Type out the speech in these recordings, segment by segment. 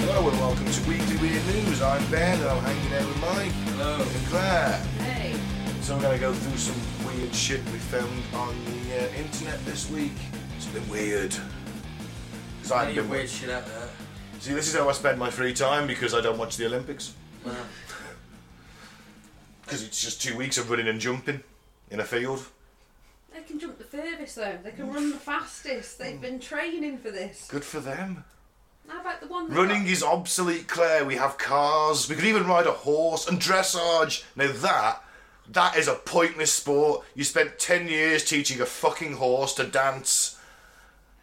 welcome to Weekly Weird News. I'm Ben, and I'm hanging out with Mike. Hello. And Claire. Hey. So we're going to go through some weird shit we found on the uh, internet this week. It's been weird. 'Cause I haven't Plenty of been- weird shit out there. See, this is how I spend my free time because I don't watch the Olympics. Well, Because it's just two weeks of running and jumping in a field. They can jump the furthest though. They can run the fastest. They've been training for this. Good for them. How about the one that Running got- is obsolete, Claire. We have cars. We could even ride a horse and dressage. Now that, that is a pointless sport. You spent 10 years teaching a fucking horse to dance.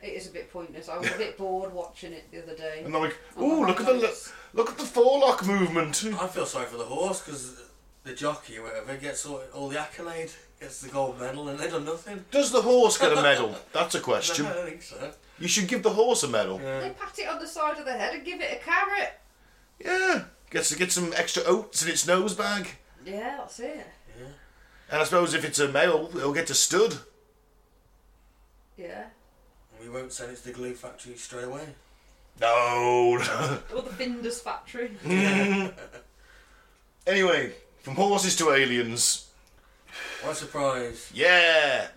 It is a bit pointless. I was a bit bored watching it the other day. And they're like, Oh, ooh, look at the le- nice. look at the forelock movement. I feel sorry for the horse because the jockey or whatever gets all, all the accolade, gets the gold medal, and they done nothing. Does the horse get a medal? That's a No, I question. don't think so. You should give the horse a medal. They pat it on the side of the head and give it a carrot. Yeah. Gets to get some extra oats in its nose bag. Yeah, that's it. And I suppose if it's a male, it'll get to stud. Yeah. We won't send it to the glue factory straight away. No. Or the Binders factory. anyway, from horses to aliens. What a surprise. Yeah.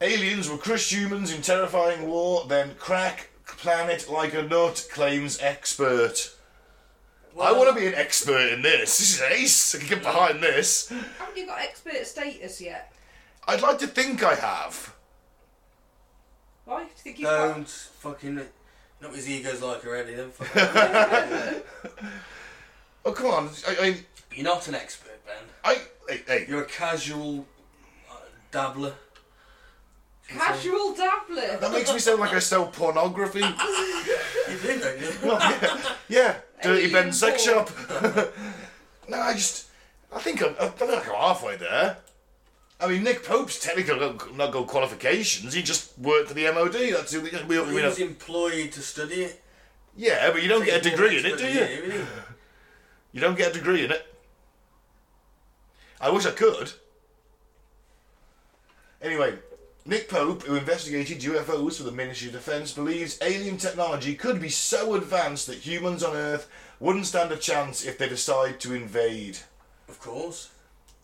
Aliens will crush humans in terrifying war, then crack planet like a nut, claims expert. I want to be an expert in this. This is ace. I can get behind this. Haven't you got expert status yet? I'd like to think I have. Why do you think you've got? Don't fucking. Not his ego's like already. Then fucking- Oh come on! I, You're not an expert, Ben. I, I hey, hey. You're a casual uh, dabbler. Casual dabbler. that makes me sound like I sell pornography. You do, don't you? Yeah, dirty Alien Ben sex porn. shop. no, I just, I think I'm, I feel like I'm halfway there. I mean, Nick Pope's technically not- not got qualifications. He just worked for the MOD. That's who we, we, He we know. was employed to study it. Yeah, but you don't get a He's more degree in it, expert do than you? really. You don't get a degree in it. I wish I could. Anyway, Nick Pope, who investigated UFOs for the Ministry of Defence, believes alien technology could be so advanced that humans on Earth wouldn't stand a chance if they decide to invade. Of course.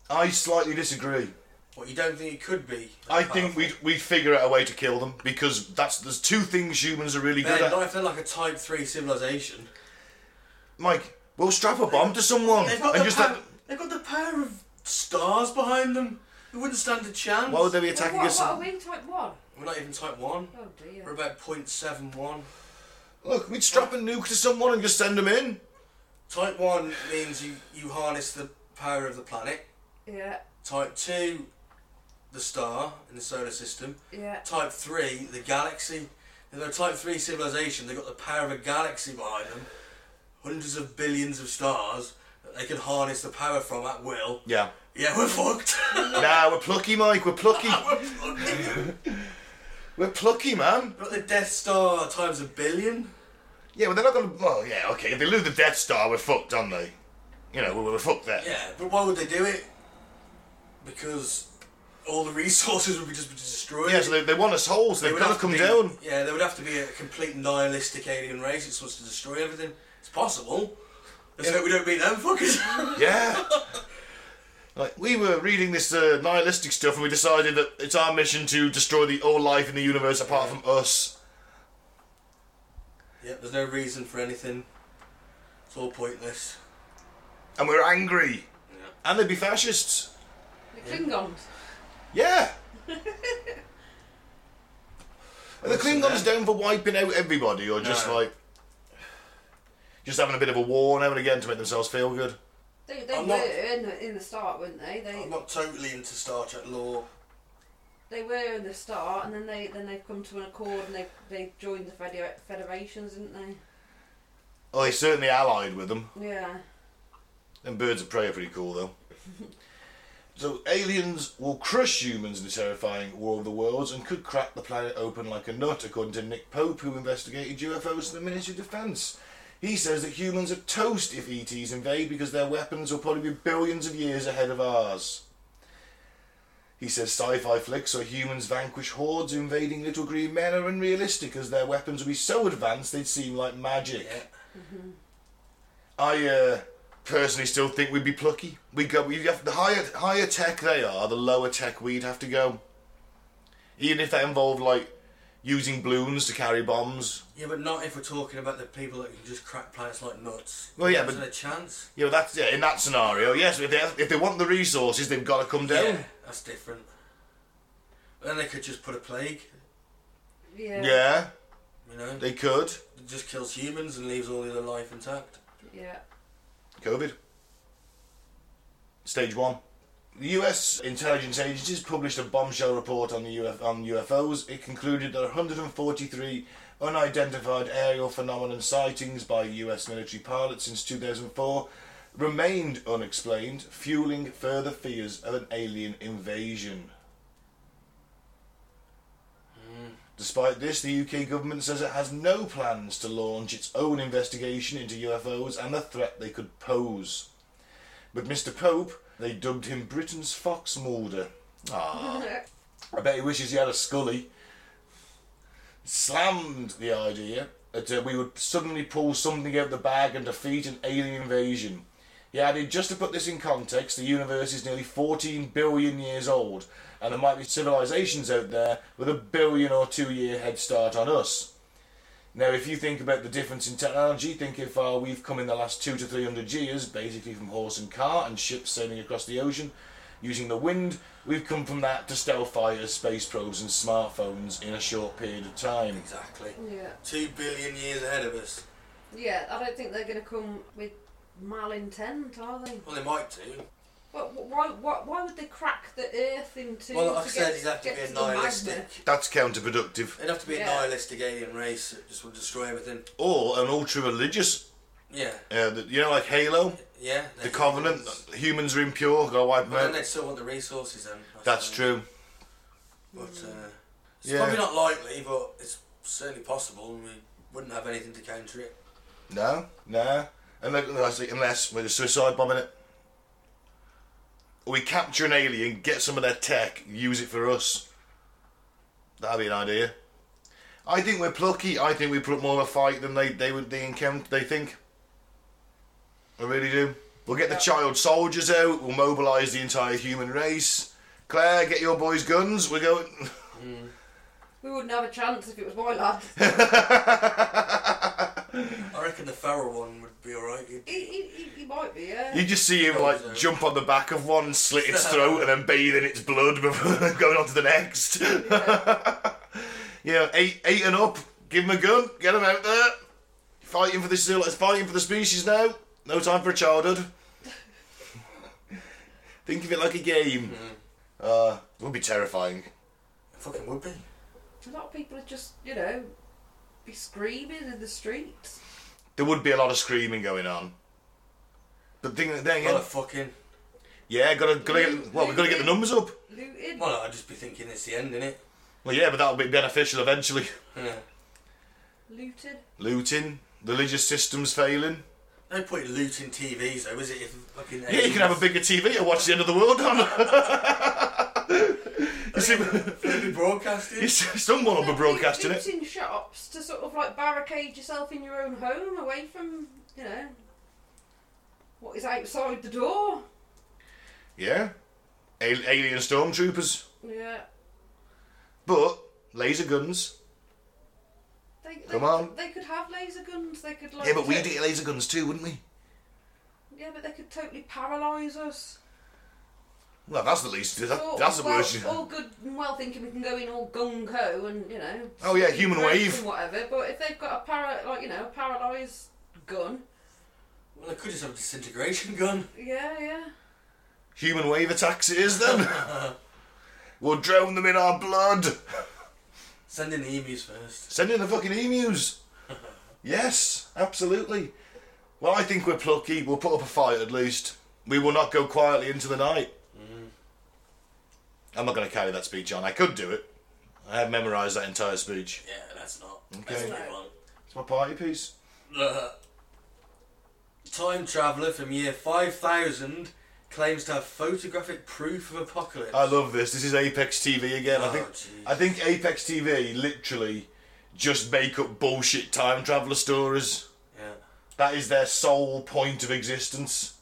I slightly disagree. What you don't think it could be? I think we'd, we'd figure out a way to kill them because that's there's two things humans are really They're, good not at. if they're like a Type Three civilization. Mike, we'll strap a bomb to someone They've got, and the just power, like, they've got the power of stars behind them. They wouldn't stand a chance. why would they be What, attacking what us? are we? Type one. We're not even Type One. Oh dear. We're about 0.71. Look, we'd strap a nuke to someone and just send them in. Type One means you you harness the power of the planet. Yeah. Type Two, the star in the solar system. Yeah. Type Three, the galaxy. If they're a Type Three civilization, they've got the power of a galaxy behind them, hundreds of billions of stars that they can harness the power from at will. Yeah. Yeah, we're fucked. Nah, we're plucky, Mike. We're plucky. we're fucked. We're plucky, man. But the Death Star times a billion. Yeah, but they're not gonna. Well, yeah, okay. If they lose the Death Star, we're fucked, aren't they? You know, we're, we're fucked there. Yeah, but why would they do it? Because all the resources would be just destroyed. Yeah, so they, they want us whole, so They they've would got to have come be- down. Yeah, there would have to be a complete nihilistic alien race that's supposed to destroy everything. It's possible. Let's hope we don't meet them fuckers. Yeah. Like we were reading this uh, nihilistic stuff, and we decided that it's our mission to destroy the all life in the universe apart from us. yeah, there's no reason for anything. It's all pointless. And we're angry. Yeah. And they'd be fascists. The Klingons. Yeah. Are the Listen, Klingons then. down for wiping out everybody, or just No. like just having a bit of a war now and again to make themselves feel good? They, they were I'm not- in, the, in the start, weren't they? They I'm not totally into Star Trek lore. they were in the start, and then they then they've come to an accord, and they they joined the federa- federations, didn't they? Oh, they certainly allied with them. Yeah. And birds of prey are pretty cool though. so aliens will crush humans in the terrifying War of the Worlds and could crack the planet open like a nut, according to Nick Pope, who investigated UFOs in the Ministry of Defence. He says that humans are toast if ETs invade because their weapons will probably be billions of years ahead of ours. He says sci-fi flicks where humans vanquish hordes invading little green men are unrealistic as their weapons will be so advanced they'd seem like magic. Yeah. I uh, personally still think we'd be plucky. We go. We have, the higher higher tech they are, the lower tech we'd have to go. Even if that involved like using balloons to carry bombs. Yeah, but not if we're talking about the people that can just crack planets like nuts. Well, yeah, Is but- there a chance? You know, that's yeah, in that scenario. Yes, if they have, if they want the resources, they've got to come down. Yeah, that's different. Then they could just put a plague, Yeah. yeah you know, they could. that just kills humans and leaves all the other life intact. Yeah. COVID. Stage one. The U.S. intelligence agencies published a bombshell report on the Uf- on UFOs. It concluded that 143 unidentified aerial phenomenon sightings by U.S. military pilots since 2004 remained unexplained, fueling further fears of an alien invasion. Despite this, the UK government says it has no plans to launch its own investigation into UFOs and the threat they could pose. But Mr. Pope, they dubbed him Britain's Fox Mulder. Ah, I bet he wishes he had a Scully. Slammed the idea that uh, we would suddenly pull something out of the bag and defeat an alien invasion. He added, just to put this in context, the universe is nearly 14 billion years old, and there might be civilizations out there with a billion or two year head start on us. Now, if you think about the difference in technology, think if uh, we've come in the last two to three hundred years, basically from horse and car and ships sailing across the ocean using the wind, we've come from that to stealth fighters, space probes, and smartphones in a short period of time. Exactly. Yeah. Two billion years ahead of us. Yeah. I don't think they're going to come with malintent, are they? Well, they might do. But wh- why, why, why would they crack the Earth into? Well, like to I said, get- he'd have to get be a the magnet? nihilistic. That's counterproductive. It'd have to be Yeah. a nihilistic alien race that just would destroy everything. Or an ultra religious, Yeah. uh, that- you know, like Halo, Yeah. the Covenant, humans are impure, gotta wipe them But then out. they still want the resources then. I That's true. suppose. But uh, it's Yeah. probably not likely, but it's certainly possible, and we wouldn't have anything to counter it. No, no. Unless, unless, unless with a suicide bomb in it. We capture an alien, get some of their tech, use it for us. That'd be an idea. I think we're plucky. I think we put up more of a fight than they, they would they encounter. They think. I really do. We'll get the child soldiers out. We'll mobilise the entire human race. Claire, get your boys' guns. We're going. We wouldn't have a chance if it was my lad. I reckon the feral one would be alright. He'd- he, he, he, he might be. Yeah. You just see him like jump on the back of one, and slit its throat, and then bathe in its blood before going on to the next. you know, eight, eight and up. Give him a gun. Get him out there. Fighting for the still, fighting for the species now. No time for a childhood. Think of it like a game. Uh, it would be terrifying. It fucking would be. A lot of people are just, you know, be screaming in the streets. There would be a lot of screaming going on. But think then Well, again, a fucking. yeah, gotta, gotta get, well, we gotta get the numbers up. Looted. Well, uh, I'd just be thinking it's the end, innit? Well, yeah, but that'll be beneficial eventually. Yeah. Looted. looting, religious systems failing. No point looting TVs though, is it? If fucking Yeah, you can have a bigger TV and watch the end of the world on. you see, They'd be broadcasting. you see, someone will be broadcasting it. Looting shops to sort of like barricade yourself in your own home away from, you know, what is outside the door. Yeah, A- alien stormtroopers, Yeah. but laser guns. They, they, Come on. They could have laser guns. They could like. Yeah, but we'd take- get laser guns too, wouldn't we? Yeah, but they could totally paralyse us. Well, that's the least. That, Or- that's the Oh, well, worst. All good and well thinking we can go in all gung ho and you know. Oh yeah, human break wave. and whatever. But if they've got a para like you know a paralysed gun, Well, I could just have a disintegration gun. yeah, yeah. Human wave attacks it is then. we'll drown them in our blood. Send in the emus first. Send in the fucking emus. Yes, absolutely. Well, I think we're plucky. We'll put up a fight at least. We will not go quietly into the night. I'm not going to carry that speech on. I could do it. I have memorised that entire speech. Yeah, that's not. Okay. That's not wrong. It's my party piece. Uh, time traveller from year 5000 claims to have photographic proof of apocalypse. I love this. This is Apex TV again. I Oh, think jeez. I think Apex TV literally just make up bullshit time traveller stories. yeah. That is their sole point of existence.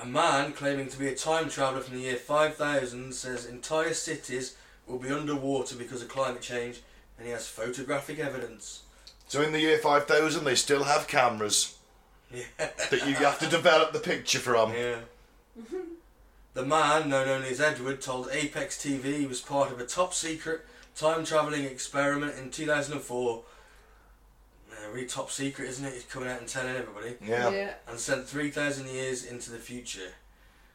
A man claiming to be a time traveller from the year 5000 says entire cities will be underwater because of climate change, and he has photographic evidence. So in the year 5000, they still have cameras Yeah. that you have to develop the picture from. Yeah. the man, known only as Edward, told Apex TV he was part of a top secret time travelling experiment in 2004. Uh, really top secret, isn't it? He's coming out and telling everybody. Yeah. And sent 3,000 years into the future.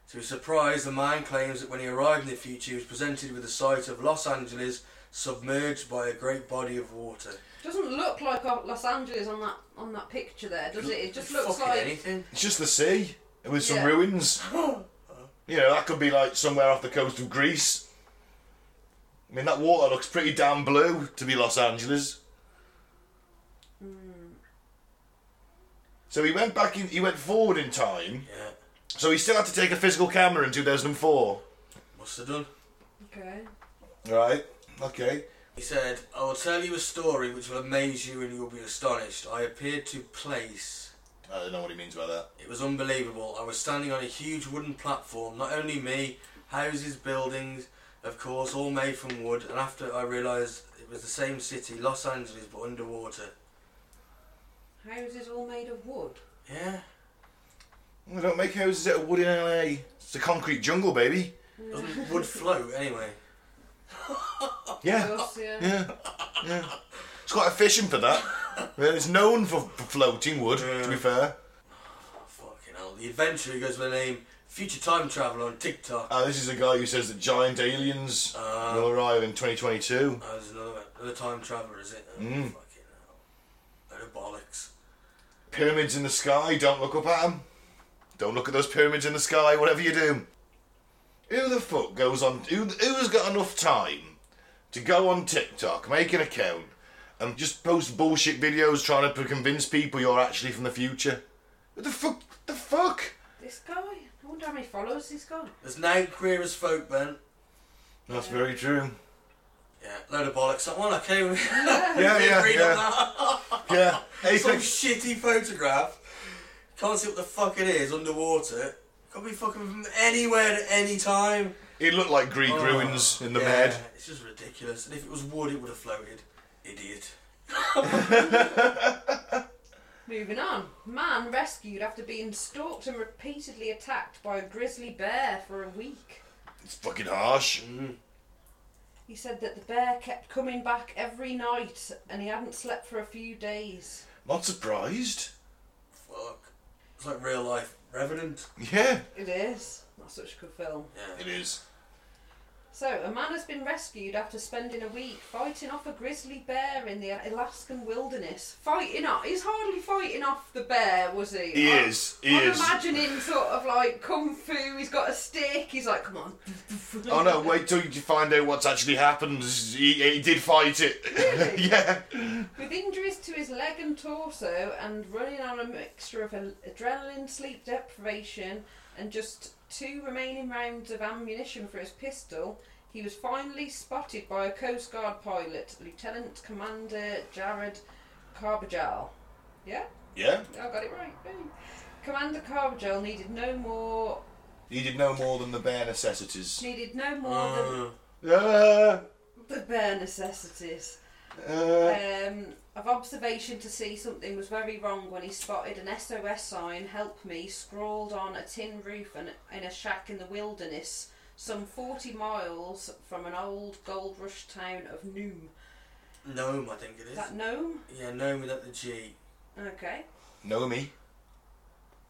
To his surprise, the man claims that when he arrived in the future, he was presented with the sight of Los Angeles submerged by a great body of water. Doesn't look like uh, Los Angeles on that on that picture there, does it? It just looks Fucking like anything. It's just the sea with some Yeah. ruins. you know, that could be like somewhere off the coast of Greece. I mean, that water looks pretty damn blue to be Los Angeles. So he went back in, he went forward in time. Yeah, So he still had to take a physical camera in 2004. must have done. okay. Right, okay. He said, I will tell you a story which will amaze you and you will be astonished. I appeared to place. I don't know what he means by that. It was unbelievable. I was standing on a huge wooden platform. Not only me, houses, buildings, of course, all made from wood. And after I realised it was the same city, Los Angeles, but underwater. Houses all made of wood. Yeah. They don't make houses out of wood in LA. It's a concrete jungle, baby. Doesn't wood float anyway? Yeah, Us, yeah. yeah, yeah. It's quite efficient for that. Well, it's known for, for floating wood, to be fair. Oh, fucking hell. The adventurer goes by the name Future Time Traveller on TikTok. Uh, this is a guy who says that giant aliens Ah. will arrive in 2022. Oh, there's another, another time traveller, is it? Oh, Fucking hell. Load of bollocks. Pyramids in the sky, don't look up at them. Don't look at those pyramids in the sky, whatever you do. Who the fuck goes on? Who, who's got enough time to go on TikTok, make an account, and just post bullshit videos trying to convince people you're actually from the future? What the fuck? The fuck? This guy. I wonder how many followers he's got. There's no queer as folk, man. That's very true. Yeah, load of bollocks. That one, okay. we- Yeah, yeah, Read yeah. up yeah. that. Some Apex, shitty photograph. Can't see what the fuck it is underwater. Could be fucking from anywhere at any time. it looked like Greek ruins in the yeah, bed. It's just ridiculous. And if it was wood, it would have floated. Idiot. Moving on. Man rescued after being stalked and repeatedly attacked by a grizzly bear for a week. It's fucking harsh. He said that the bear kept coming back every night and he hadn't slept for a few days. Not surprised. Fuck. It's like real life revenant. Yeah, It is. That's such a good film. Yeah. it is. So, a man has been rescued after spending a week fighting off a grizzly bear in the Alaskan wilderness. Fighting off. He's hardly fighting off the bear, was he? He I'm- is, he I'm is. imagining sort of like kung fu. He's got a stick. He's like, come on. Oh no, wait till you find out what's actually happened. He, he did fight it. Really? yeah. With injuries to his leg and torso and running on a mixture of al- adrenaline, sleep deprivation, and just two remaining rounds of ammunition for his pistol, he was finally spotted by a Coast Guard pilot, Lieutenant Commander Jared Carbajal. Yeah? Yeah. I got it right. Hey. Commander Carbajal needed no more He did no more than the bare necessities. needed no more Uh, Ah, than the bare necessities. ah. um, of observation to see something was very wrong when he spotted an SOS sign, help me, scrawled on a tin roof and in a shack in the wilderness, some 40 miles from an old gold rush town of Noom. gnome, I think it Is is. that Noom? Yeah, gnome without the G. Okay. know me?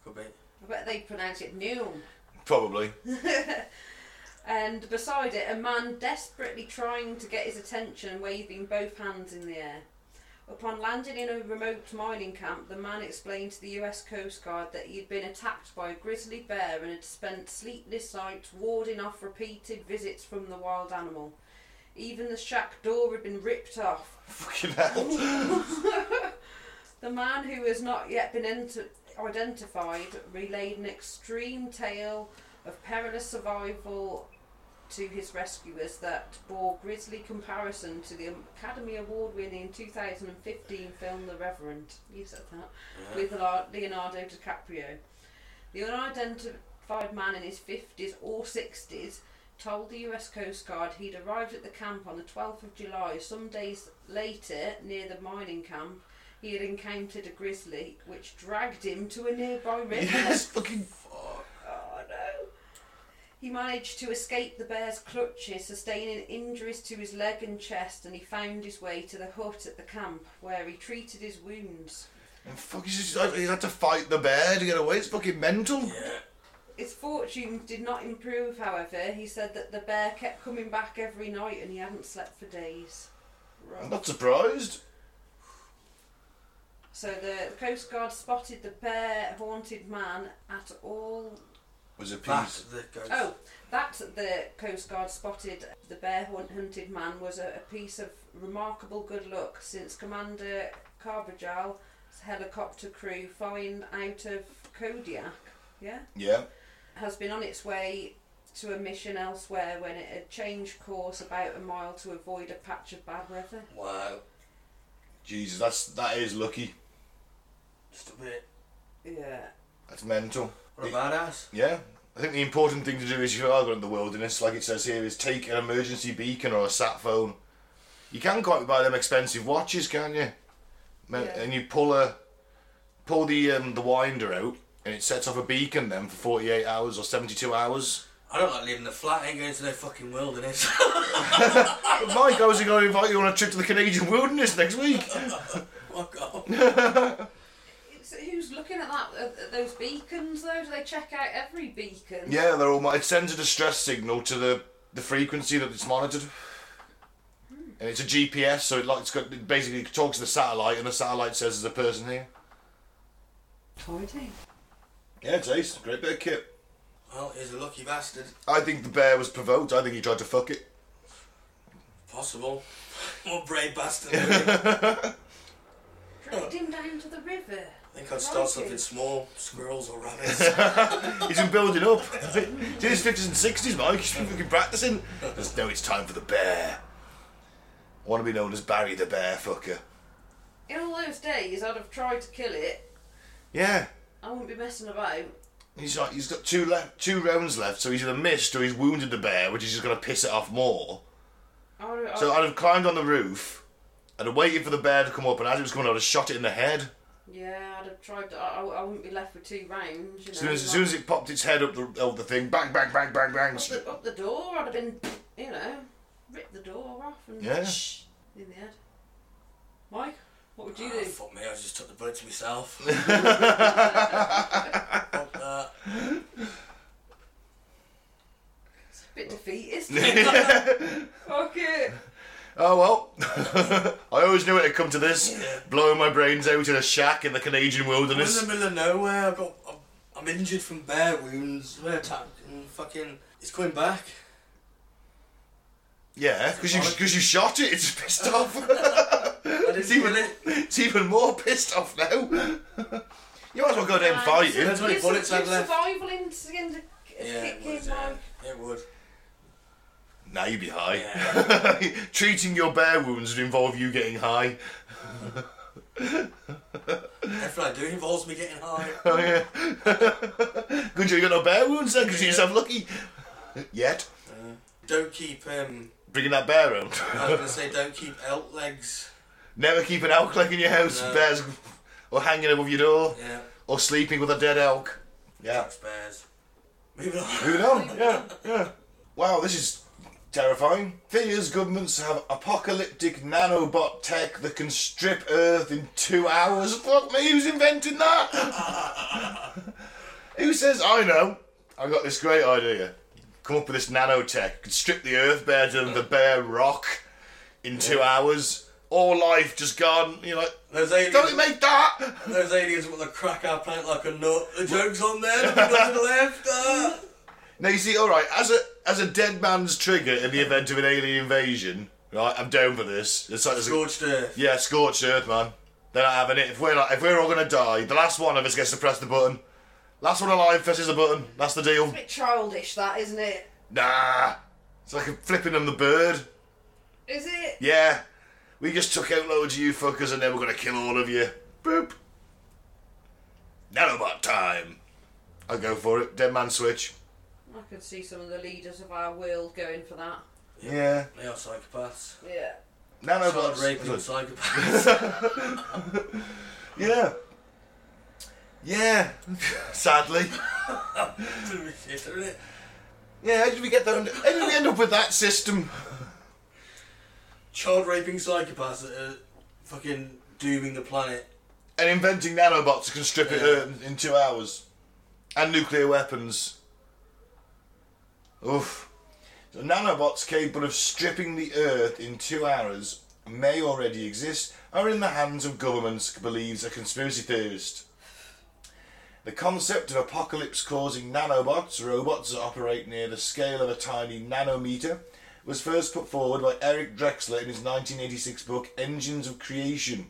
Could be. I bet they pronounce it Noom. Probably. And beside it, a man desperately trying to get his attention, waving both hands in the air. Upon landing in a remote mining camp, the man explained to the US Coast Guard that he had been attacked by a grizzly bear and had spent sleepless nights warding off repeated visits from the wild animal. Even the shack door had been ripped off, Fucking hell. the man who has not yet been int- identified relayed an extreme tale of perilous survival to his rescuers that bore grisly comparison to the Academy Award winning 2015 film The Reverend. You said that. With Leonardo DiCaprio. The unidentified man in his 50s or 60s told the US Coast Guard he'd arrived at the camp on the 12th of July. Some days later, near the mining camp, he had encountered a grizzly which dragged him to a nearby river. Yes, fucking. Oh no. He managed to escape the bear's clutches, sustaining injuries to his leg and chest, and he found his way to the hut at the camp where he treated his wounds. And fuck, he's just, he had to fight the bear to get away. It's fucking mental. Yeah. His fortunes did not improve, however. He said that the bear kept coming back every night and he hadn't slept for days. I'm not surprised. So the Coast Guard spotted the bear haunted man at all Was a piece. That's the ghost. Oh, that the Coast Guard spotted the bear hunt- hunted man was a, a piece of remarkable good luck since Commander Carbajal's helicopter crew flying out of Kodiak, yeah, Yeah. has been on its way to a mission elsewhere when it had changed course about a mile to avoid a patch of bad weather. Wow. Jesus, that's that is lucky. Just a bit. Yeah. That's mental. What a It- badass. Yeah. I think the important thing to do is if you are going in the wilderness, like it says here, is take an emergency beacon or a sat phone. You can quite buy them expensive watches, can you? Me- Yeah. And you pull a pull the um, the winder out, and it sets off a beacon then for forty eight hours or seventy two hours. I don't like leaving the flat. I ain't going to no fucking wilderness. But Mike, I was going to invite you on a trip to the Canadian wilderness next week. Fuck off. It's, who's looking at that? At at those beacons, though? Do they check out every beacon? yeah, they're all. It sends a distress signal to the the frequency that it's monitored. And it's a GPS, so it like it's got it basically talks to the satellite, and the satellite says there's a person here. Tidy. Yeah, taste. Great bit of kit. Well, he's a lucky bastard. I think the bear was provoked. I think he tried to fuck it. Possible. What brave bastard. I Dragged him down to the river. think I'd start something small. Squirrels or rabbits. He's been building up. See, his 50s and 60s, Mike. He's been fucking practicing. There's no, it's time for the bear. I want to be known as Barry the Bear Fucker. In all those days, I'd have tried to kill it. Yeah. I wouldn't be messing about. He's like, he's got two left, two rounds left, so he's either missed or he's wounded the bear, which is just going to piss it off more. I, I, So I'd have climbed on the roof and waited for the bear to come up, and as it was coming, I'd have shot it in the head. yeah, I'd have tried. To, I, I I wouldn't be left with two rounds. You know, As soon as, as, soon as it popped its head up the, up the thing, bang, bang, bang, bang, bang. like, up, the, up the door, I'd have been, you know, ripped the door off and Yeah. shh, in the head. Mike, what would you Ah, do? fuck me, I just took the bullet to myself. uh, Fuck that. It's a bit defeatist. Fuck it. Oh well. I always knew it'd come to this. Blowing my brains out in a shack in the Canadian I'm in the wilderness. middle of nowhere. I've got, I'm, I'm injured from bear wounds. Bear attack and fucking. It's coming back. Yeah, because you, cause you shot it, it's pissed off. I didn't it's, even, kill it. it's even more pissed off now. you might as well go down and fight Fighting. it. Depends what he bullets had left. Survival instinct. Yeah, it kick would. in, Yeah, Mike. it would. Now you'd be high. Yeah. Treating your bear wounds would involve you getting high. Everything I do involves me getting high. Oh yeah. Good job you got no bear wounds then, because you just have lucky. Yet. Don't keep um. Bringing that bear around. I was gonna say don't keep elk legs. Never keep an elk leg in your house. No. Bears or hanging above your door. Yeah. or sleeping with a dead elk. Yeah. That's bears. Moving on. Who knows? Yeah, yeah. Wow, this is terrifying. Fears governments have apocalyptic nanobot tech that can strip Earth in two hours. Fuck me, who's inventing that? Who says I know? I got this great idea. Come up with this nanotech. Could strip the Earth bare than the bare rock in two hours. All life just gone. You're like, Those aliens. don't it make that? Those aliens want to crack our planet like a nut. The joke's on them. The people to the left. ah. Now you see, all right, as a as a dead man's trigger in the event of an alien invasion, right? I'm down for this. It's like there's a, Scorched earth. yeah, scorched earth, man. They're not having it. If we're not, if we're all gonna die, the last one of us gets to press the button. Last one alive presses the button. That's the deal. bit childish, that isn't it? Nah, It's like flipping them the bird. Is it? Yeah, we just took out loads of you fuckers and then we're gonna kill all of you. Boop. Nanobot time. I'll go for it. Dead man switch. I could see some of the leaders of our world going for that. Yeah. They are psychopaths. Yeah. Child Nanobots. raping psychopaths. Yeah. Yeah. Sadly. Isn't it? Yeah, how did we get that? Under- how did we end up with that system? Child raping psychopaths that are fucking dooming the planet. And inventing nanobots can strip it uh, Yeah. in, in two hours. And nuclear weapons. Oof. The nanobots capable of stripping the Earth in two hours may already exist, are in the hands of governments, believes a conspiracy theorist. The concept of apocalypse causing nanobots, robots that operate near the scale of a tiny nanometer, was first put forward by Eric Drexler in his 1986 book Engines of Creation.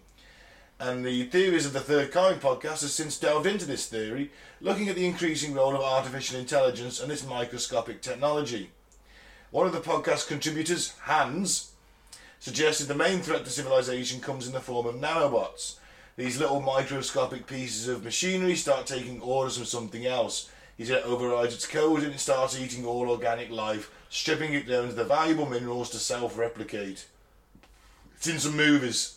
And the Theories of the Third Kind podcast has since delved into this theory, looking at the increasing role of artificial intelligence and this microscopic technology. One of the podcast contributors, Hans, suggested the main threat to civilization comes in the form of nanobots. These little microscopic pieces of machinery start taking orders from something else. He said it overrides its code and it starts eating all organic life, stripping it down to the valuable minerals to self replicate. It's in some movies.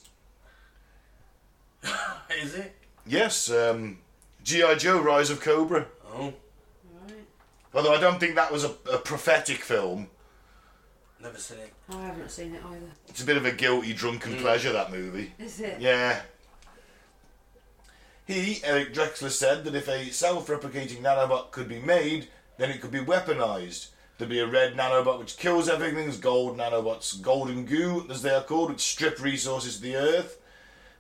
Is it? Yes, um, G.I. Joe Rise of Cobra. Oh, Right. Although I don't think that was a, a prophetic film. never seen it. Oh, I haven't seen it either. It's a bit of a guilty, drunken pleasure, that movie. Is it? Yeah. He, Eric Drexler, said that if a self replicating nanobot could be made, then it could be weaponized. There'd be a red nanobot which kills everything, gold nanobots, golden goo, as they are called, which strip resources to the earth.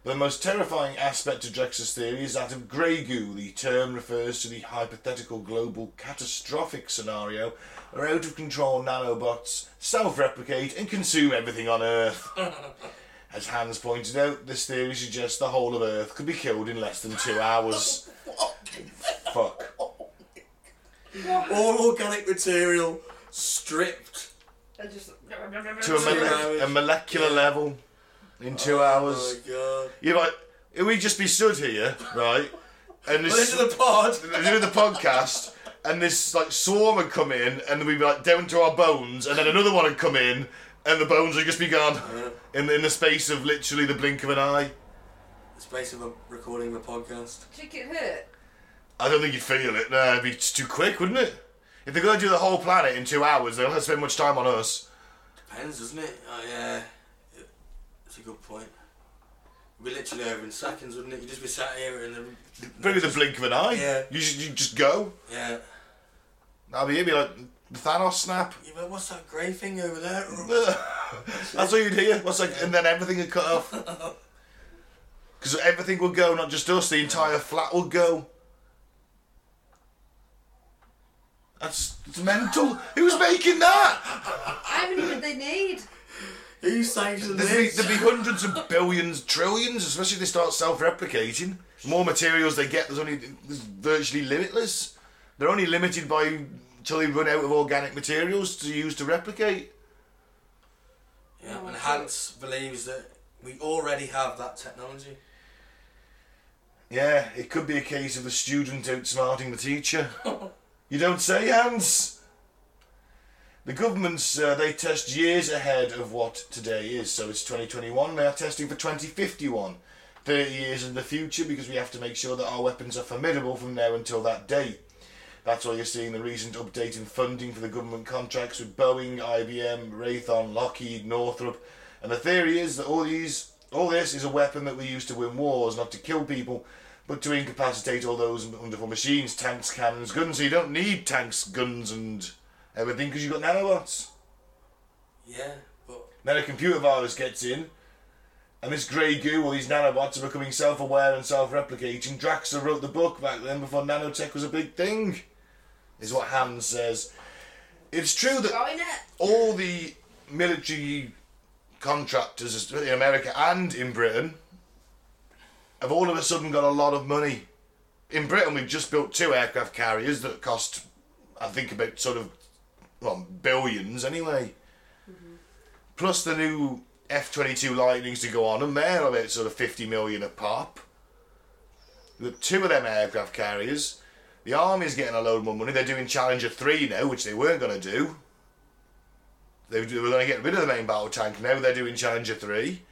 The most terrifying aspect to Drexler's theory is that of grey goo. The term refers to the hypothetical global catastrophic scenario where out of control nanobots self replicate and consume everything on Earth. As Hans pointed out, this theory suggests the whole of Earth could be killed in less than two hours. Fuck. All organic material stripped. I just. To a, mole- hours. a molecular Yeah. level in two hours. Oh You're like, if we just be stood here, right? And my this, god. Listen to the pod. doing the podcast, and this like swarm would come in, and we'd be like down to our bones, and then another one would come in, and the bones would just be gone in the, in the space of literally the blink of an eye. It's basically a recording of a podcast. Think it hurt? I don't think you'd feel it. No, it'd be t- too quick, wouldn't it? If they're going to do the whole planet in two hours, they don't have to spend much time on us. Depends, doesn't it? Oh yeah. It's a good point. It'd be literally over in seconds, wouldn't it? You'd just be sat here and then Maybe the blink of an eye. Yeah. You, should, you just go. Yeah. That'll be it. Be like Thanos snap. Yeah, but what's that grey thing over there? That's all you'd hear. What's like, and then everything would cut off. Because everything would go, not just us. The entire flat would go. That's it's mental. Who's making that? How many would they need? Who sanctioned There'd be, this? there'd be hundreds of billions, trillions, especially if they start self-replicating. The more materials they get, there's only there's virtually limitless. They're only limited by till they run out of organic materials to use to replicate. Yeah, and Hans believes that we already have that technology. Yeah, it could be a case of the student outsmarting the teacher. you don't say, Hans. The governments uh, they test years ahead of what today is. So it's 2021. They are testing for 2051, 30 years in the future, because we have to make sure that our weapons are formidable from now until that date. That's why you're seeing the recent update in funding for the government contracts with Boeing, IBM, Raytheon, Lockheed, Northrop. And the theory is that all these all this is a weapon that we use to win wars, not to kill people, but to incapacitate all those wonderful machines, tanks, cannons, guns. So you don't need tanks, guns, and everything because you've got nanobots. Yeah, but Then a computer virus gets in, and this grey goo, all these nanobots are becoming self aware and self replicating. Draxler wrote the book back then before nanotech was a big thing, is what Hans says. It's true that China? all the military contractors in America and in Britain have all of a sudden got a lot of money. In Britain, we've just built two aircraft carriers that cost, I think, about sort of well, billions anyway. Plus the new F twenty two Lightnings to go on them. They're about sort of fifty million a pop. The two of them aircraft carriers. The army's getting a load more money. They're doing Challenger three now, which they weren't going to do. They were going to get rid of the main battle tank. Now they're doing Challenger three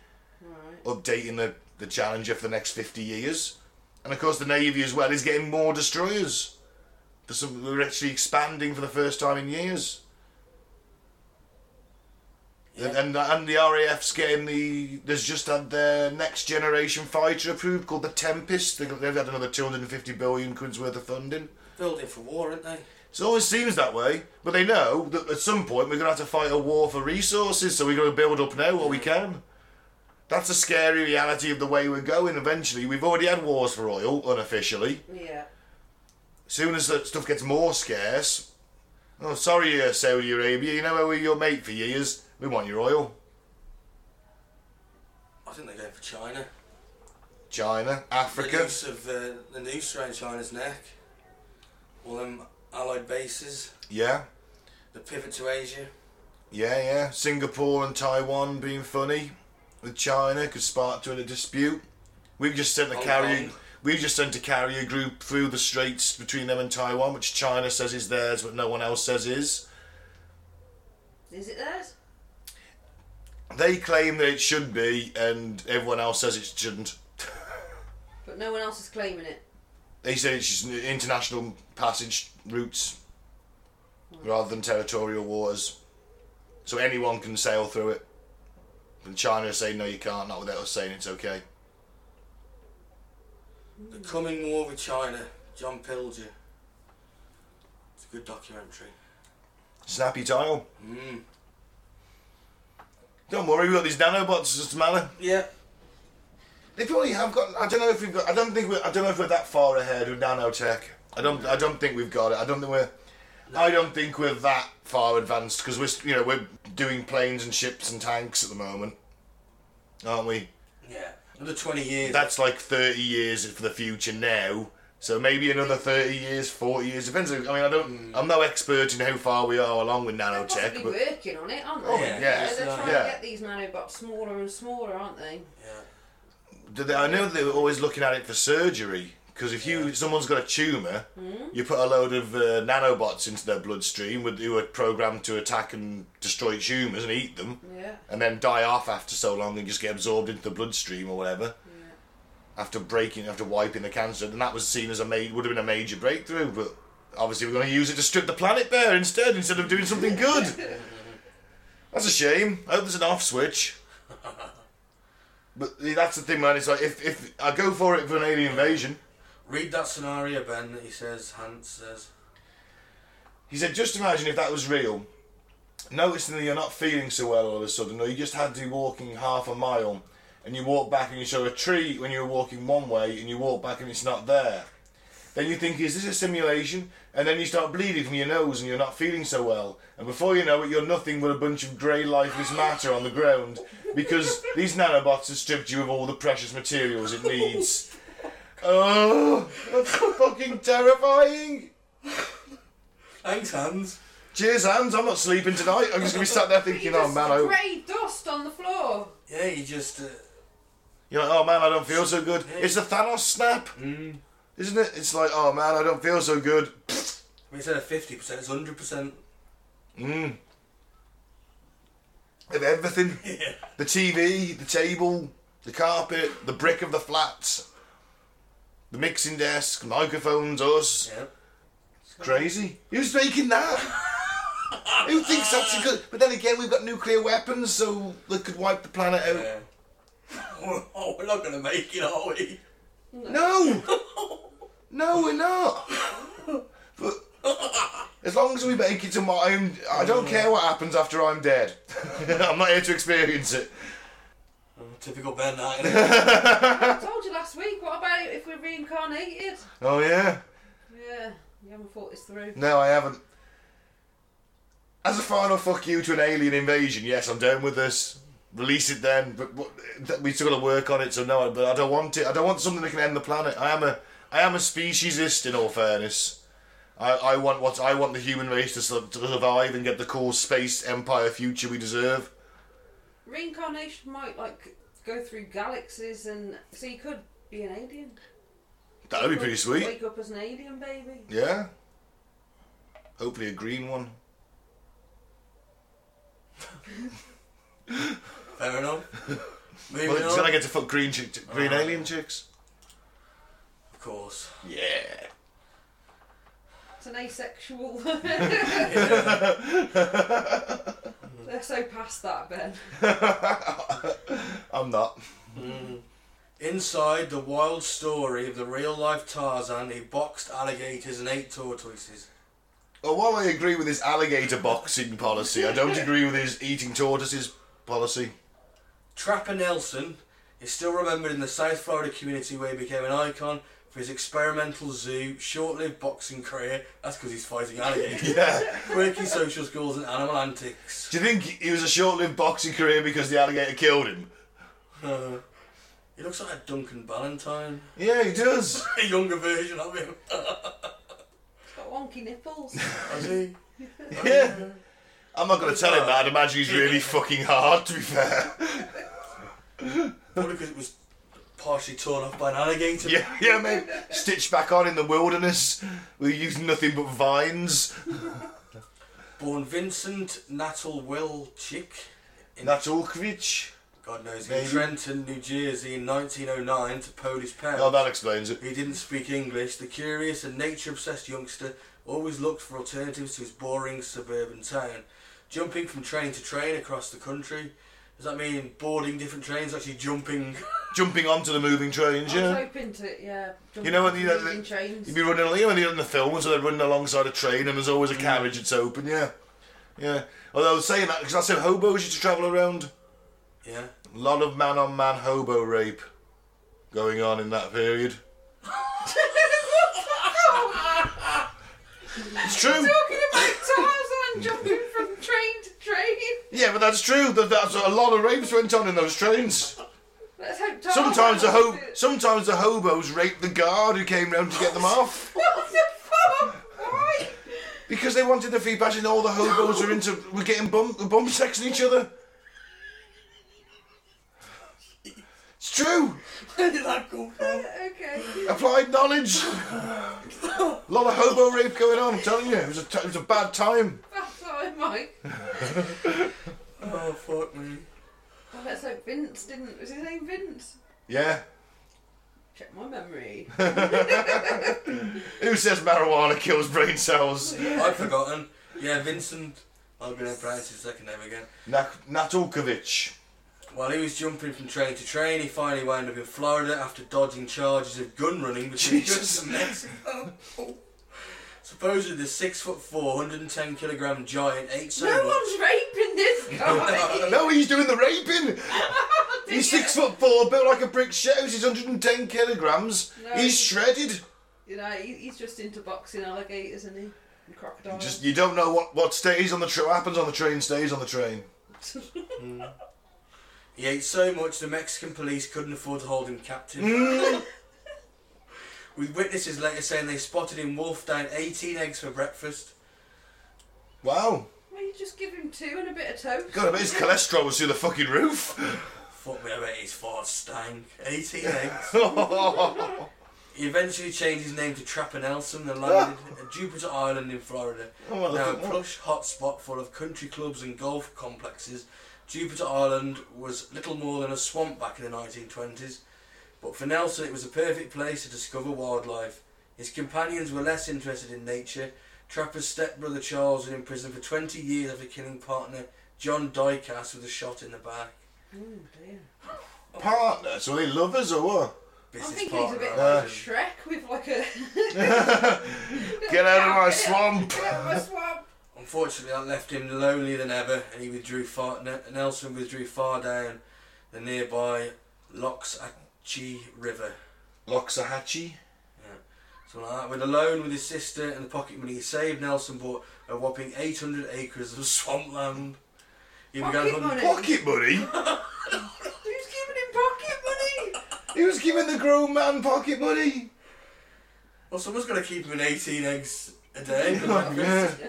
Right. updating the, the Challenger for the next 50 years. And of course, the Navy as well is getting more destroyers. There's some, we're actually expanding for the first time in years. And, and and the RAF's getting the. There's just had their next generation fighter approved called the Tempest. They- They've had another 250 billion quid's worth of funding. Building for war, aren't they? So it always seems that way, but they know that at some point we're going to have to fight a war for resources, so we're going to build up now what we can. That's a scary reality of the way we're going eventually. We've already had wars for oil, unofficially. Yeah. As soon as that stuff gets more scarce, oh, sorry, uh, Saudi Arabia, you know where we're your mate for years? We want your oil. I think they're going for China. China, The Africa. noose of uh, the noose around China's neck. All them allied bases. Yeah, The pivot to Asia. yeah, yeah. Singapore and Taiwan being funny with China could spark to a dispute. We've just sent a Hong carrier. Kong. We've just sent a carrier group through the straits between them and Taiwan, which China says is theirs, but no one else says is. Is it theirs? They claim that it should be, and everyone else says it shouldn't. But no one else is claiming it. They say it's just an international passage routes rather than territorial waters, so anyone can sail through it. And China say no, you can't. Not without us saying it's okay. The Coming War with China. John Pilger. It's a good documentary. Snappy tile. Mm. Don't worry, we've got these nanobots. Doesn't matter. Yeah. They probably have got. I don't know if we've got. I don't think we're. I don't know if we're that far ahead with nanotech. I don't. I don't think we've got it. I don't think we're. I don't think we're that far advanced because we're. st- You know, we're doing planes and ships and tanks at the moment, aren't we? Yeah. Another 20 years. That's like thirty years for the future now. So maybe another thirty years, forty years depends. I mean, I don't. Mm. I'm no expert in how far we are along with They're nanotech, possibly but working on it, aren't they? Oh, yeah. So they're trying Yeah. to get these nanobots smaller and smaller, aren't they? yeah. Do they- I know they were always looking at it for surgery because if you someone's got a tumor, you put a load of uh, nanobots into their bloodstream with, who are programmed to attack and destroy tumors and eat them, Yeah. and then die off after so long and just get absorbed into the bloodstream or whatever. After breaking, after wiping the cancer, then that was seen as a ma- would have been a major breakthrough. But obviously, we're going to use it to strip the planet bare instead, instead of doing something good. That's a shame. I hope there's an off switch. But that's the thing, man. It's like if, if I go for it for an alien invasion, Read that scenario, Ben, that he says, Hans says. he said, just imagine if that was real. Noticing that you're not feeling so well all of a sudden, or you just had to be walking half a mile, and you walk back and you saw a tree when you were walking one way, and you walk back and it's not there. Then you think, is this a simulation? And then you start bleeding from your nose and you're not feeling so well. And before you know it, you're nothing but a bunch of grey, lifeless matter on the ground because these nanobots have stripped you of all the precious materials it needs. Oh, that's fucking terrifying! Thanks, Hans. Cheers, Hans. I'm not sleeping tonight. I'm just gonna be sat there thinking, oh man, I hope- grey dust on the floor. Yeah, he just. Uh, you're like, oh man, I don't feel so good. It's the Thanos snap, mm. isn't it? It's like, oh man, I don't feel so good. Instead of 50%, it's 100%. Mm. Of everything, Yeah. the TV, the table, the carpet, the brick of the flat, the mixing desk, microphones, us. Yeah. Crazy. Who's making that? Who thinks that's a good? But then again, we've got nuclear weapons, so they could wipe the planet out. yeah. oh, we're not going to make it, are we? No! No, we're not! But as long as we make it to my own. I don't care what happens after I'm dead. I'm not here to experience it. Typical Ben, that. innit? I told you last week. What about if we're reincarnated? Oh, yeah? Yeah, you haven't thought this through. No, I haven't. As a final fuck you to an alien invasion, yes, I'm down with this. Release it then, but what- th- we still got to work on it. So no, but I don't want it. I don't want something that can end the planet. I am a, I am a speciesist in all fairness. I, I want what I want the human race to, sur- to survive and get the cool space empire future we deserve. Reincarnation might like go through galaxies, and so you could be an alien. That would be pretty sweet. Wake up as an alien baby. Yeah. Hopefully a green one. Fair enough. Moving Well, then on. I get to fuck green chick, green alien chicks. Of course. Yeah. It's an asexual. They're so past that, Ben. I'm not. Inside the wild story of the real life Tarzan, he boxed alligators and ate tortoises. Well, while I agree with his alligator boxing policy, I don't agree with his eating tortoises policy. Trapper Nelson is still remembered in the South Florida community where he became an icon for his experimental zoo, short lived boxing career. That's because he's fighting alligators. Yeah. Quirky social skills and animal antics. Do you think he was a short-lived boxing career because the alligator killed him? Uh, he looks like a Duncan Ballantyne. Yeah, he does. A younger version of him. It's got wonky nipples. Is he? Yeah. I'm not going to tell him that. I'd imagine he's really fucking hard, to be fair. Probably because it was partially torn off by an alligator. Yeah, yeah, mate. Stitched back on in the wilderness. We use nothing but vines. Born Vincent Natal Will Chick. In, Natulkovich. God knows, in Maybe. Trenton, New Jersey in 1909 to Polish parents. Oh, that explains it. He didn't speak English. The curious and nature obsessed youngster always looked for alternatives to his boring suburban town. Jumping from train to train across the country. Does that mean boarding different trains, actually jumping? Jumping onto the moving trains, I was yeah. hoping to, yeah. jump You know when on you- moving trains. You'd be running, you know, when you're in the film, so they're running alongside a train, and there's always a carriage that's open, yeah. Yeah. Although, saying that, because that's how hobos used to travel around. Yeah. A lot of man on man hobo rape going on in that period. It's true. Talking about Tarzan jumping from train to train. Yeah, but that's true. That that's a lot of rapes went on in those trains. Let's hope Tarzan. Sometimes the ho- What sometimes the hobos raped the guard who came round to get them off the fuck? Why? because they wanted the feedback, and all the hobos were into were getting bum bum sexing each other. It's true. Where did that come from? Okay. Applied knowledge. A lot of hobo rape going on. I'm telling you, it was a t- it was a bad time. That's all I might. Oh, fuck me. Well, let's hope Vince didn't. Was his name Vince? Yeah. Check my memory. Who says marijuana kills brain cells? I've forgotten. Yeah, Vincent. I'm going to pronounce his second name again. Nak- Natulkovich. While he was jumping from train to train, he finally wound up in Florida after dodging charges of gun running between Jesus. Jesus and Mexico. Supposedly, the six foot four, 110 kilogram giant ate so no much. one's raping this guy. No, he's doing the raping. He's six foot four, built like a brick house. He's 110 kilograms. No. He's shredded. You know, he, he's just into boxing alligators, isn't he? And crocodiles. Just you don't know what what stays on the tra- what happens on the train stays on the train. He ate so much the Mexican police couldn't afford to hold him captive. Mm. With witnesses later saying they spotted him wolf down 18 eggs for breakfast. Wow. Well, you just give him two and a bit of toast. Oh, God, I bet his cholesterol was through the fucking roof. Fuck me, I bet his fart stank. 18 eggs. oh He eventually changed his name to Trapper Nelson and landed at Jupiter Island in Florida. Oh, well, now a look at that. plush hotspot full of country clubs and golf complexes, Jupiter Island was little more than a swamp back in the 1920s. But for Nelson, it was a perfect place to discover wildlife. His companions were less interested in nature. Trapper's stepbrother Charles was in prison for 20 years after killing partner John Dykas with a shot in the back. Oh, dear. partner, so they lovers or what? I Business think he's a partner. bit I like Uh, imagine. Shrek with like a. Get out of my swamp. Get out of my swamp. Unfortunately, that left him lonelier than ever, and he withdrew far. N- Nelson withdrew far down the nearby Loxachi River. Loxahatchee. So like that. When alone with his sister and the pocket money he saved, Nelson bought a whopping 800 acres of swampland. He Pocket hunting- money? Pocket money. Who's giving him pocket money? He was giving the grown man pocket money. Well, someone's got to keep him in 18 eggs. a Oh, day. but that was-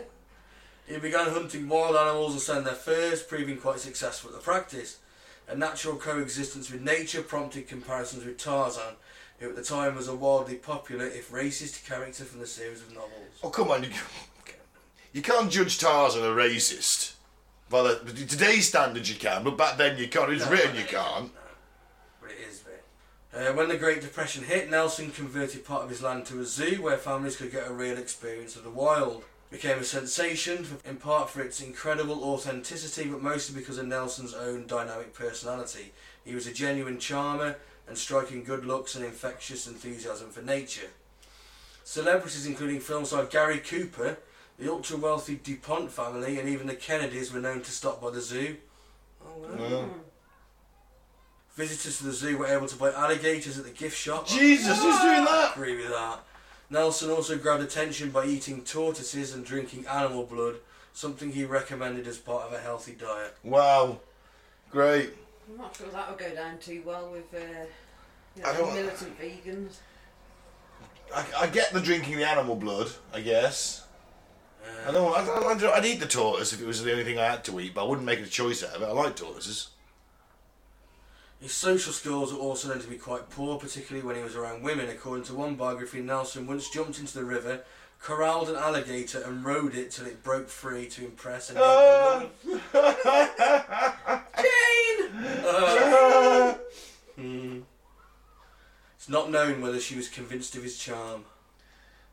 He began hunting wild animals and selling their furs, proving quite successful at the practice. A natural coexistence with nature prompted comparisons with Tarzan, who at the time was a wildly popular, if racist, character from the series of novels. Oh come on, you, you can't judge Tarzan a racist. By the, by today's standards, you can, but back then you can't. It's No, written, no, you can't. But it is bit. Uh, when the Great Depression hit, Nelson converted part of his land to a zoo where families could get a real experience of the wild. It became a sensation, in part for its incredible authenticity, but mostly because of Nelson's own dynamic personality. He was a genuine charmer and striking good looks and infectious enthusiasm for nature. Celebrities including film star Gary Cooper, the ultra wealthy DuPont family, and even the Kennedys were known to stop by the zoo. Oh, wow. No. Visitors to the zoo were able to buy alligators at the gift shop. Jesus, who's doing I that? agree with that. Nelson also grabbed attention by eating tortoises and drinking animal blood, something he recommended as part of a healthy diet. Wow, great. I'm not sure that would go down too well with uh, you I know, don't- militant vegans. I, I get the drinking the animal blood, I guess. I Uh, don't. I, I, I'd- I'd eat the tortoise if it was the only thing I had to eat, but I wouldn't make a choice out of it. I like tortoises. his social skills were also known to be quite poor, particularly when he was around women. According to one biography, Nelson once jumped into the river, corralled an alligator, and rode it till it broke free to impress an Ah. woman. Ah, It's not known whether she was convinced of his charm.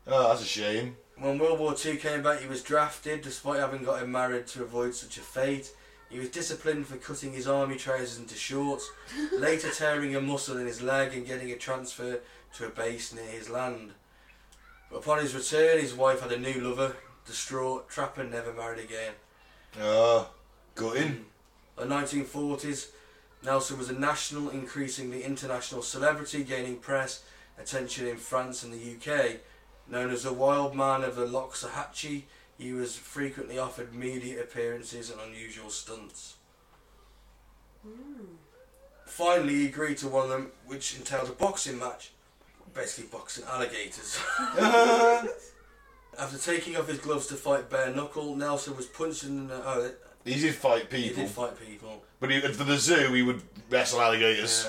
oh, that's a shame. When World War II came back, he was drafted despite having got him married to avoid such a fate. He was disciplined for cutting his army trousers into shorts, later tearing a muscle in his leg and getting a transfer to a base near his land. But upon his return, his wife had a new lover. Distraught, Trapper never married again. Oh, gutting. By the 1940s, Nelson was a national, increasingly international celebrity, gaining press attention in France and the UK. Known as the Wild Man of the Loxahatchee, he was frequently offered media appearances and unusual stunts. Finally, he agreed to one of them, which entailed a boxing match, basically boxing alligators. After taking off his gloves to fight bare knuckle, Nelson was punched in the. Oh, He did fight he people, did fight people. but he, for the zoo, he would wrestle alligators.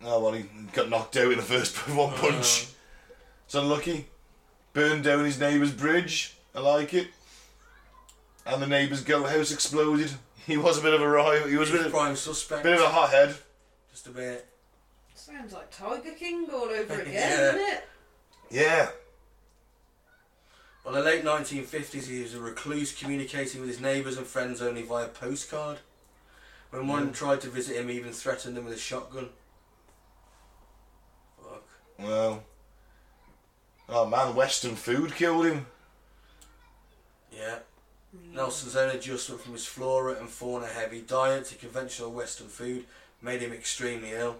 Yeah. Oh, Oh well, he got knocked out in the first one punch. It's unlucky. Burned down his neighbour's bridge. I like it. And the neighbour's goat house exploded. He was a bit of a rival. He was a bit of, prime suspect. bit of a hothead. Just a bit. Sounds like Tiger King all over again, Yeah. doesn't it? Yeah. By the late 1950s, he was a recluse, communicating with his neighbours and friends only via postcard. When one tried to visit him, he even threatened them with a shotgun. Fuck. Well. Oh man, Western food killed him. Yeah. Nelson's own adjustment from his flora and fauna heavy diet to conventional Western food made him extremely ill.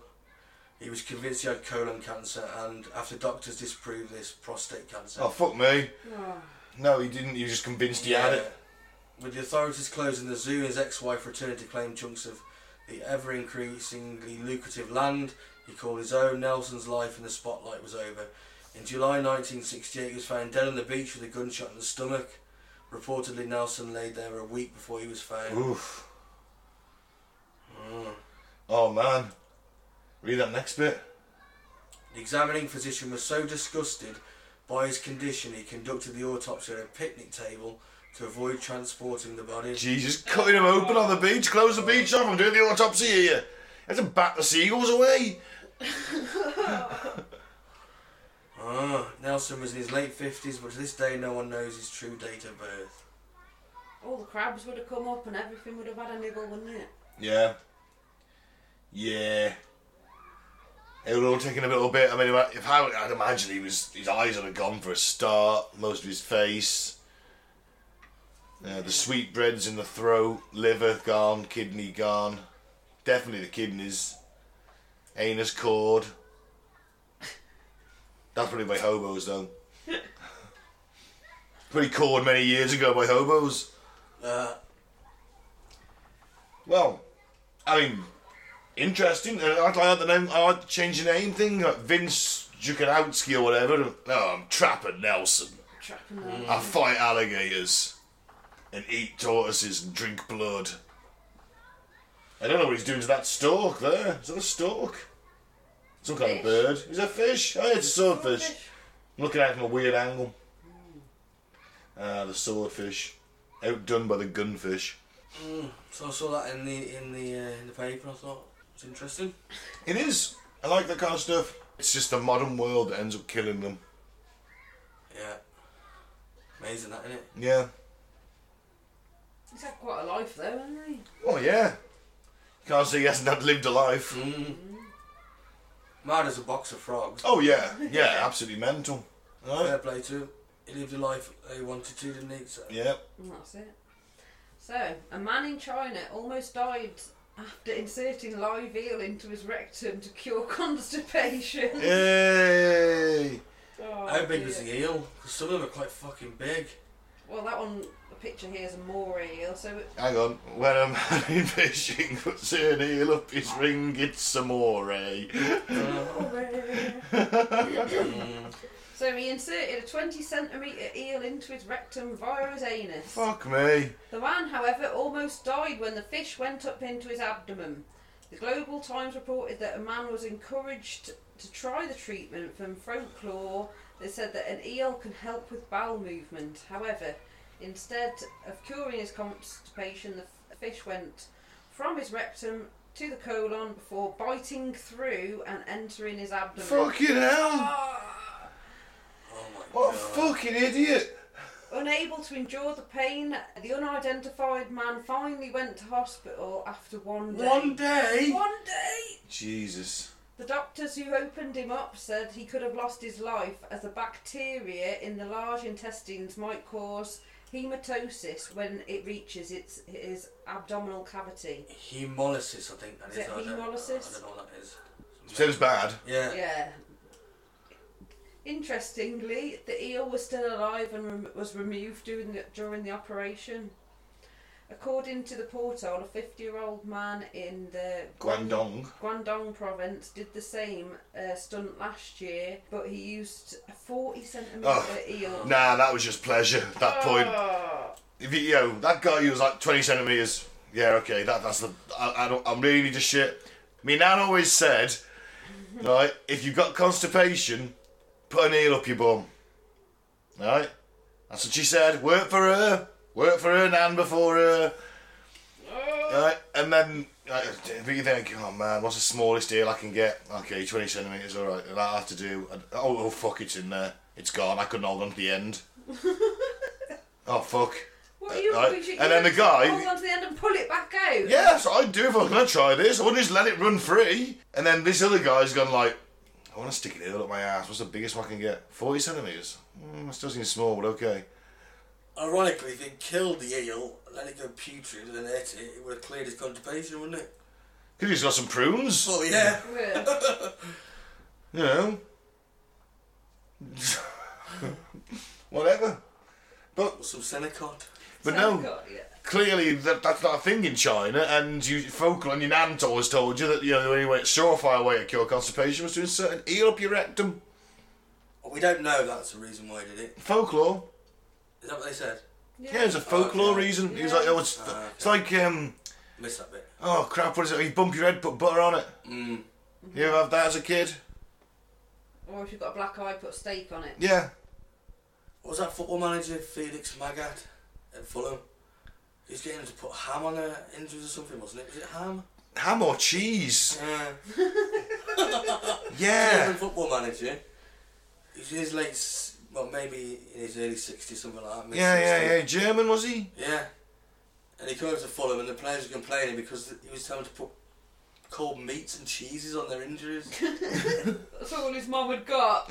He was convinced he had colon cancer, and after doctors disproved this, prostate cancer. Oh fuck me. Oh, No, he didn't. He was just convinced he had it. With the authorities closing the zoo, his ex-wife returned to claim chunks of the ever-increasingly lucrative land he called his own. Nelson's life in the spotlight was over. In July 1968, he was found dead on the beach with a gunshot in the stomach. Reportedly, Nelson laid there a week before he was found. Oof. Mm. Oh man. Read that next bit. The examining physician was so disgusted by his condition, he conducted the autopsy at a picnic table to avoid transporting the body. Jesus, cutting him open on the beach, close the beach off, I'm doing the autopsy here. Let's bat the seagulls away. Ah, Nelson was in his late 50s, but to this day no one knows his true date of birth. all the crabs would have come up and everything would have had a nibble, wouldn't it? Yeah. Yeah. It would all taken a little bit. I mean, if I, I'd imagine he was, his eyes would have gone for a start, most of his face. Uh, the sweetbreads in the throat, liver gone, kidney gone. Definitely the kidneys. Anus cord. That's probably by hobos, though. Pretty cord many years ago by hobos. Uh, Well, I mean, interesting. Uh, I'd like the name. I like to change the name thing, like Vince Jukanowski or whatever. No, I'm Trapper Nelson. trapping Mm. them. I fight alligators and eat tortoises and drink blood. I don't know what he's doing to that stork there. Is that a stork? Some kind Fish. of bird. Is that a fish? Oh, yeah, it's a swordfish. Fish. I'm looking at it from a weird angle. Ah, the swordfish. Outdone by the gunfish. So I saw that in the in the uh, in the paper. I thought it's interesting. It is. I like that kind of stuff. It's just the modern world that ends up killing them. Yeah, amazing that, isn't it? Yeah. He's had quite a life though, hasn't he? Oh, yeah. Can't say he hasn't had lived a life. Mm. Mad as a box of frogs. Oh, yeah. Yeah, absolutely mental. Right. Fair play to him. He lived a life uh, he wanted to, didn't he? So. Yeah. And that's it. So, a man in China almost died after inserting live eel into his rectum to cure constipation. Yay! Oh, How big dear. was the eel? Because some of them are quite fucking big. Well, that one, the picture here is a moor eel, so it, Hang on. When a man in fishing puts an eel up his ring, it's some more, eh? Mm. so he inserted a 20 centimetre eel into his rectum via his anus. Fuck me. The man, however, almost died when the fish went up into his abdomen. The Global Times reported that a man was encouraged to try the treatment from throat claw. They said that an eel can help with bowel movement. However, instead of curing his constipation, the f- fish went from his rectum to the colon before biting through and entering his abdomen. Fucking hell! Ah. Oh my What a god. fucking idiot! Unable to endure the pain, the unidentified man finally went to hospital after one day. One day? One day! Jesus. The doctors who opened him up said he could have lost his life as the bacteria in the large intestines might cause hematosis when it reaches its his abdominal cavity. Hemolysis, I think that Is is. it I don't- hemolysis? I don't know what that is. Sounds bad. Yeah. Yeah. Interestingly, the eel was still alive and rem- was removed during the, during the operation. According to the portal, a 50 year old man in the Guangdong. Guangdong province did the same uh, stunt last year, but he used a 40 centimetre Oh, eel. Nah, that was just pleasure at that point. Oh, If you, yo, that guy who was like 20 centimetres, yeah, okay, that, that's the. I, I don't, I'm really into shit. My nan always said, right, if you've got constipation, put an eel up your bum. Right? That's what she said. Work for her. Work for her, nan before her. Right? And then, like, but you think, oh man, what's the smallest eel I can get? Okay, 20 centimetres, alright, that'll have to do. And- Oh, oh, fuck, it's in there. It's gone. I couldn't hold on to the end. oh, fuck. What are you Right. you should- And you then the should guy- Hold on to the end and pull it back out. Yeah, that's what I'd do if I was gonna try this. I would just let it run free. And then this other guy's gone like, I want to stick an eel up my ass. What's the biggest one I can get? Forty centimeters. Mm, it still seems small, but okay. Ironically, if they killed the eel, let it go putrid, and then ate it, it would have cleared his constipation, wouldn't it? Could he's got some prunes, Oh, yeah. Yeah. you know. Whatever. Or some senecot. But So, no, God, yeah. clearly that, that's not a thing in China. And you, Focal and your nan always told you that you know the only way, surefire way to cure constipation was to insert an eel up your rectum. Well, we don't know that's the reason why he did it. Folklore. Is that what they said? Yeah, it's a folklore reason. He was like, oh, it's, it's like, um, Missed that bit. oh crap, what is it? You bump your head, put butter on it. Mm. You ever have that as a kid? Or if you've got a black eye, put steak on it. Yeah. What was that football manager Felix Magath at Fulham? He's getting him to put ham on her injuries or something, wasn't it? Was it ham? Ham or cheese? Yeah. Uh, Yeah. football manager. He's in his late, s- well, maybe in his early 60s, something like that. mid- Yeah, yeah, 60s. yeah. German was he? Yeah. And he comes to Fulham, and the players were complaining because he was telling them to put cold meats and cheeses on their injuries. That's all his mum had got.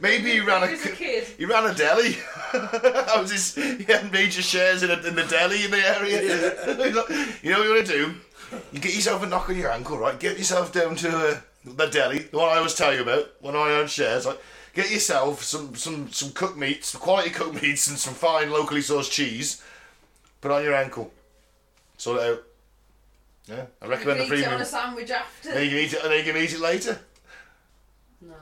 Maybe he ran He a was a kid. he ran a deli. that was his, he had major shares in, a, in the deli in the area. you know what you want to do? You get yourself a knock on your ankle, right? Get yourself down to uh, the deli, the one I always tell you about, one of my own shares. Like, get yourself some some some cooked meats, some quality cooked meats, and some fine locally sourced cheese. Put on your ankle. Sort it out. Yeah, I You recommend could the eat it on premium. a sandwich after. Then you can eat it, and then you can eat it later. No.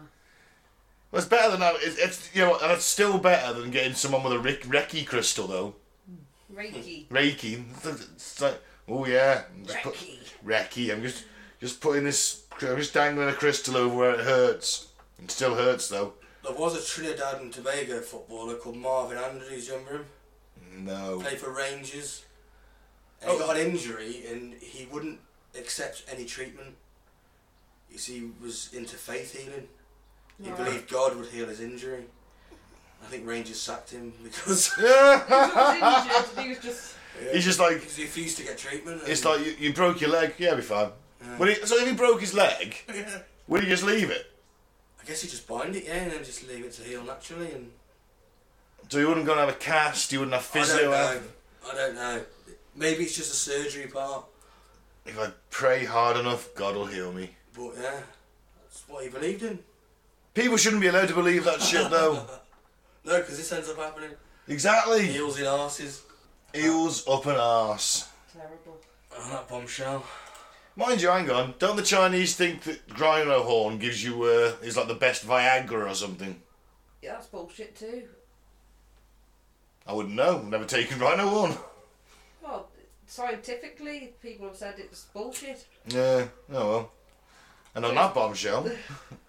Well, it's better than that. It's, it's you know, and it's still better than getting someone with a Rick, Reiki crystal though. Reiki. Reiki. It's like, oh yeah. I'm just put- Reiki. Reiki. I'm just just putting this. I'm just dangling a crystal over where it hurts. It still hurts though. There was a Trinidad and Tobago footballer called Marvin Andrews, you remember him? No. Played for Rangers. And He got an injury and he wouldn't accept any treatment. You see, he was into faith healing. He Right. believed God would heal his injury. I think Rangers sacked him because He was injured. He was just. He's just like because he refused to get treatment. and- it's like you, you broke your leg. Yeah, be fine. Yeah. Would he, so if he broke his leg, Yeah. would he just leave it? I guess you just bind it, yeah, and then just leave it to heal naturally. And So he wouldn't go and have a cast. He wouldn't have physio. I don't know. after- I don't know. Maybe it's just a surgery part, If I pray hard enough, God will heal me. but yeah, that's what he believed in. People shouldn't be allowed to believe that shit though. No, because this ends up happening. exactly. Heels in arses. Eels up an arse. Terrible. Oh, that bombshell. Mind you, hang on. Don't the Chinese think that rhino horn gives you uh, is like the best Viagra or something? Yeah, that's bullshit too. I wouldn't know. I've never taken rhino horn. Well, scientifically, people have said it's bullshit. Yeah. Oh well. And on that bombshell,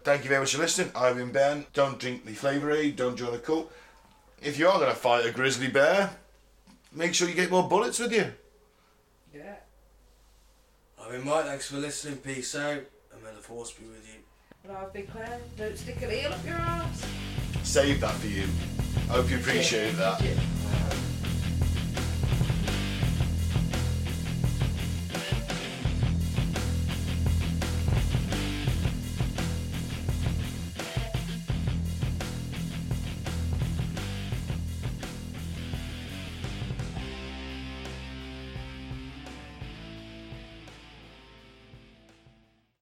thank you very much for listening. I've been Ben. Don't drink the flavour aid. Don't join the cult. If you are going to fight a grizzly bear, make sure you get more bullets with you. Yeah. I've been Mike, thanks for listening. Peace out, and may the force be with you. But I've been clear. Don't stick an eel up your arse. Save that for you. I hope you appreciated that. Yeah.